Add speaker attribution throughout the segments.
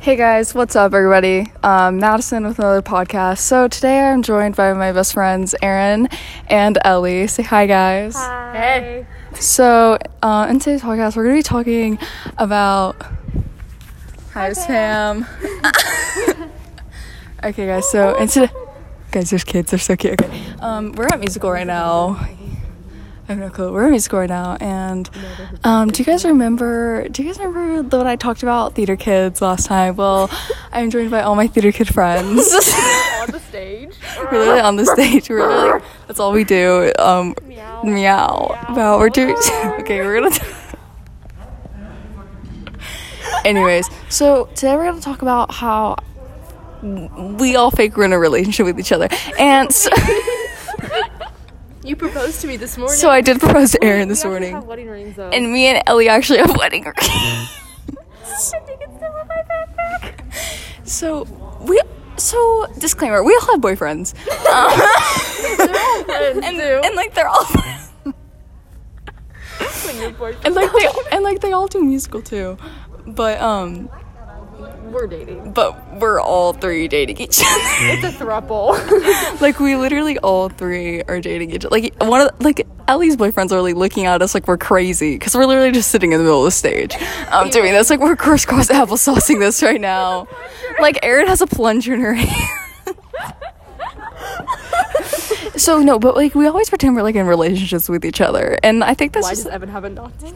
Speaker 1: Hey guys, what's up, everybody? Um, Madison with another podcast. So today I'm joined by my best friends, Erin and Ellie. Say hi, guys.
Speaker 2: Hey.
Speaker 1: So uh, in today's podcast, we're gonna be talking about. Hi, it's Pam. okay, guys. So in today, guys, there's kids. They're so cute. Okay, um, we're at musical right now. I have no clue. We're at musical right now, and um, do you guys remember? Do you guys remember the one I talked about theater kids last time? Well, I'm joined by all my theater kid friends.
Speaker 2: On the stage.
Speaker 1: We're literally on the stage. We're literally like, that's all we do. Um, meow.
Speaker 2: Meow.
Speaker 1: Wow, we're doing. okay, we're gonna. T- Anyways, so today we're gonna talk about how we all fake we're in a relationship with each other, and so,
Speaker 2: You proposed to me this morning.
Speaker 1: so I did propose to Aaron this
Speaker 2: We actually
Speaker 1: morning,
Speaker 2: Have wedding rings though.
Speaker 1: and me and Ellie actually have wedding rings. So we. So disclaimer: we all have boyfriends. Um,
Speaker 2: and,
Speaker 1: and, and like they're all and like they and like they all do musical too but um
Speaker 2: we're dating.
Speaker 1: but we're all three dating each other
Speaker 2: It's a throuple.
Speaker 1: like we literally all three are dating each other like one of the- like Ellie's boyfriends are like looking at us like we're crazy because we're literally just sitting in the middle of the stage um doing this like we're crisscross applesaucing this right now like Erin has a plunger in her hair so no but like we always pretend we're like in relationships with each other and I think that's
Speaker 2: Why
Speaker 1: just
Speaker 2: does Evan have a dot? No,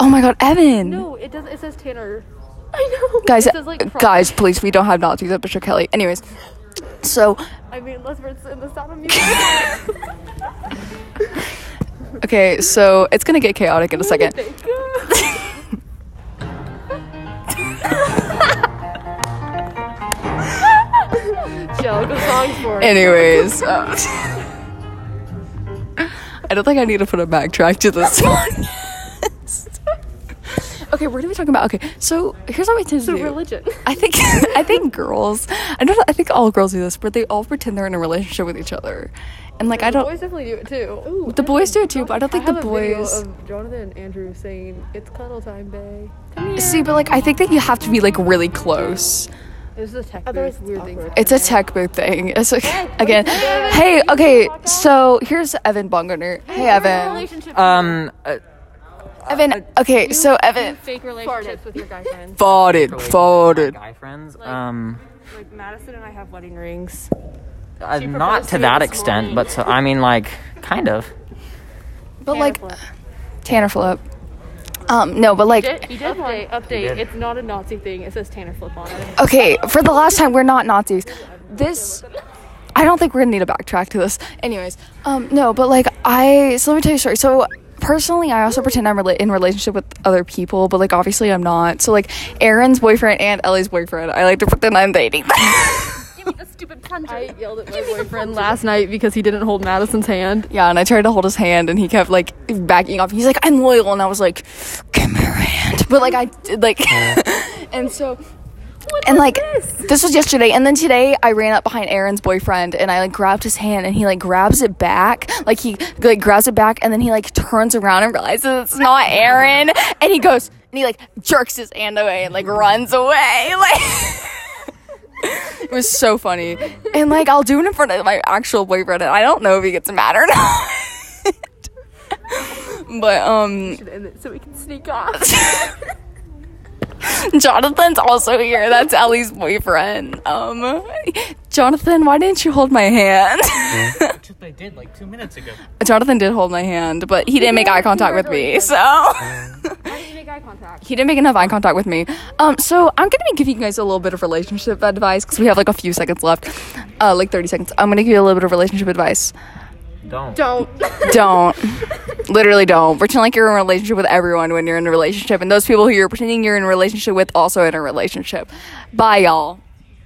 Speaker 1: Oh my god, Evan!
Speaker 2: it does. It says Tanner. I know.
Speaker 1: Guys,
Speaker 2: it says, like, Trump.
Speaker 1: guys, please, we don't have Nazis at Bishop Kelly. Anyways, so,
Speaker 2: I mean, unless we're in the sound of music.
Speaker 1: okay, so it's gonna get chaotic in a second.
Speaker 2: Thank you. Chill. Good songs for it.
Speaker 1: Anyways, um, I don't think I need to put a backtrack to this podcast. okay, we're gonna be talking about, okay, so here's what we tend to
Speaker 2: The
Speaker 1: do.
Speaker 2: religion.
Speaker 1: I think I think girls. I don't. I think all girls do this, but they all pretend they're in a relationship with each other, and like I
Speaker 2: The
Speaker 1: don't.
Speaker 2: boys definitely do it too. Ooh,
Speaker 1: The boys do it too, but I don't think the boys.
Speaker 2: of Jonathan and Andrew saying it's cuddle time, bae.
Speaker 1: See, but like I think that you have to be like really close.
Speaker 2: It's the tech
Speaker 3: Otherwise
Speaker 2: booth weird thing.
Speaker 1: It's a tech booth thing. It's like again. Hey, okay. So here's Evan Bongarner. Hey, Evan.
Speaker 3: Relationship
Speaker 4: Um, uh,
Speaker 1: Evan. Okay, so Evan.
Speaker 3: fake relationships with your guy friends.
Speaker 1: Fought it. Fought it.
Speaker 4: guy friends. Um,
Speaker 3: like Madison and I have wedding rings.
Speaker 4: uh,
Speaker 3: She
Speaker 4: not
Speaker 3: proposed
Speaker 4: to
Speaker 3: to me
Speaker 4: that
Speaker 3: this
Speaker 4: extent,
Speaker 3: morning.
Speaker 4: but so I mean, like, kind of.
Speaker 1: But like Tanner Flip. Um, no, but like
Speaker 2: He did update, update.
Speaker 4: did.
Speaker 2: It's not a Nazi thing. It says Tanner flip on it.
Speaker 1: okay. For the last time, we're not Nazis. This. I don't think we're gonna need a backtrack to this. Anyways, um, no, but like I. So let me tell you a story. So personally, I also pretend I'm rela- in relationship with other people, but like obviously I'm not. So like Aaron's boyfriend and Ellie's boyfriend, I like to pretend I'm dating.
Speaker 3: Give me the stupid plunger.
Speaker 2: I yelled at my boyfriend last night because he didn't hold Madison's hand.
Speaker 1: Yeah, and I tried to hold his hand, and he kept like backing off. He's like, "I'm loyal," and I was like, "Give me your hand," but like I did, like, and so. and like this? was yesterday, and then today I ran up behind Aaron's boyfriend and I like grabbed his hand and he like grabs it back, like he like grabs it back and then he like turns around and realizes it's not Aaron, and he goes and he like jerks his hand away and like runs away, like. It was so funny. And like I'll do it in front of my actual boyfriend and I don't know if he gets mad or not. but um
Speaker 2: So we can sneak off.
Speaker 1: Jonathan's also here. That's Ellie's boyfriend. Um Jonathan, why didn't you hold my hand?
Speaker 4: They did like two minutes ago.
Speaker 1: Jonathan did hold my hand, but he didn't make eye contact with me. So
Speaker 2: Why didn't you make eye contact?
Speaker 1: he didn't make enough eye contact with me. Um, so I'm gonna be giving you guys a little bit of relationship advice because we have like a few seconds left, uh, like 30 seconds. I'm gonna give you a little bit of relationship advice.
Speaker 4: Don't.
Speaker 2: Don't.
Speaker 1: don't literally don't pretend like you're in a relationship with everyone when you're in a relationship and those people who you're pretending you're in a relationship with also in a relationship bye y'all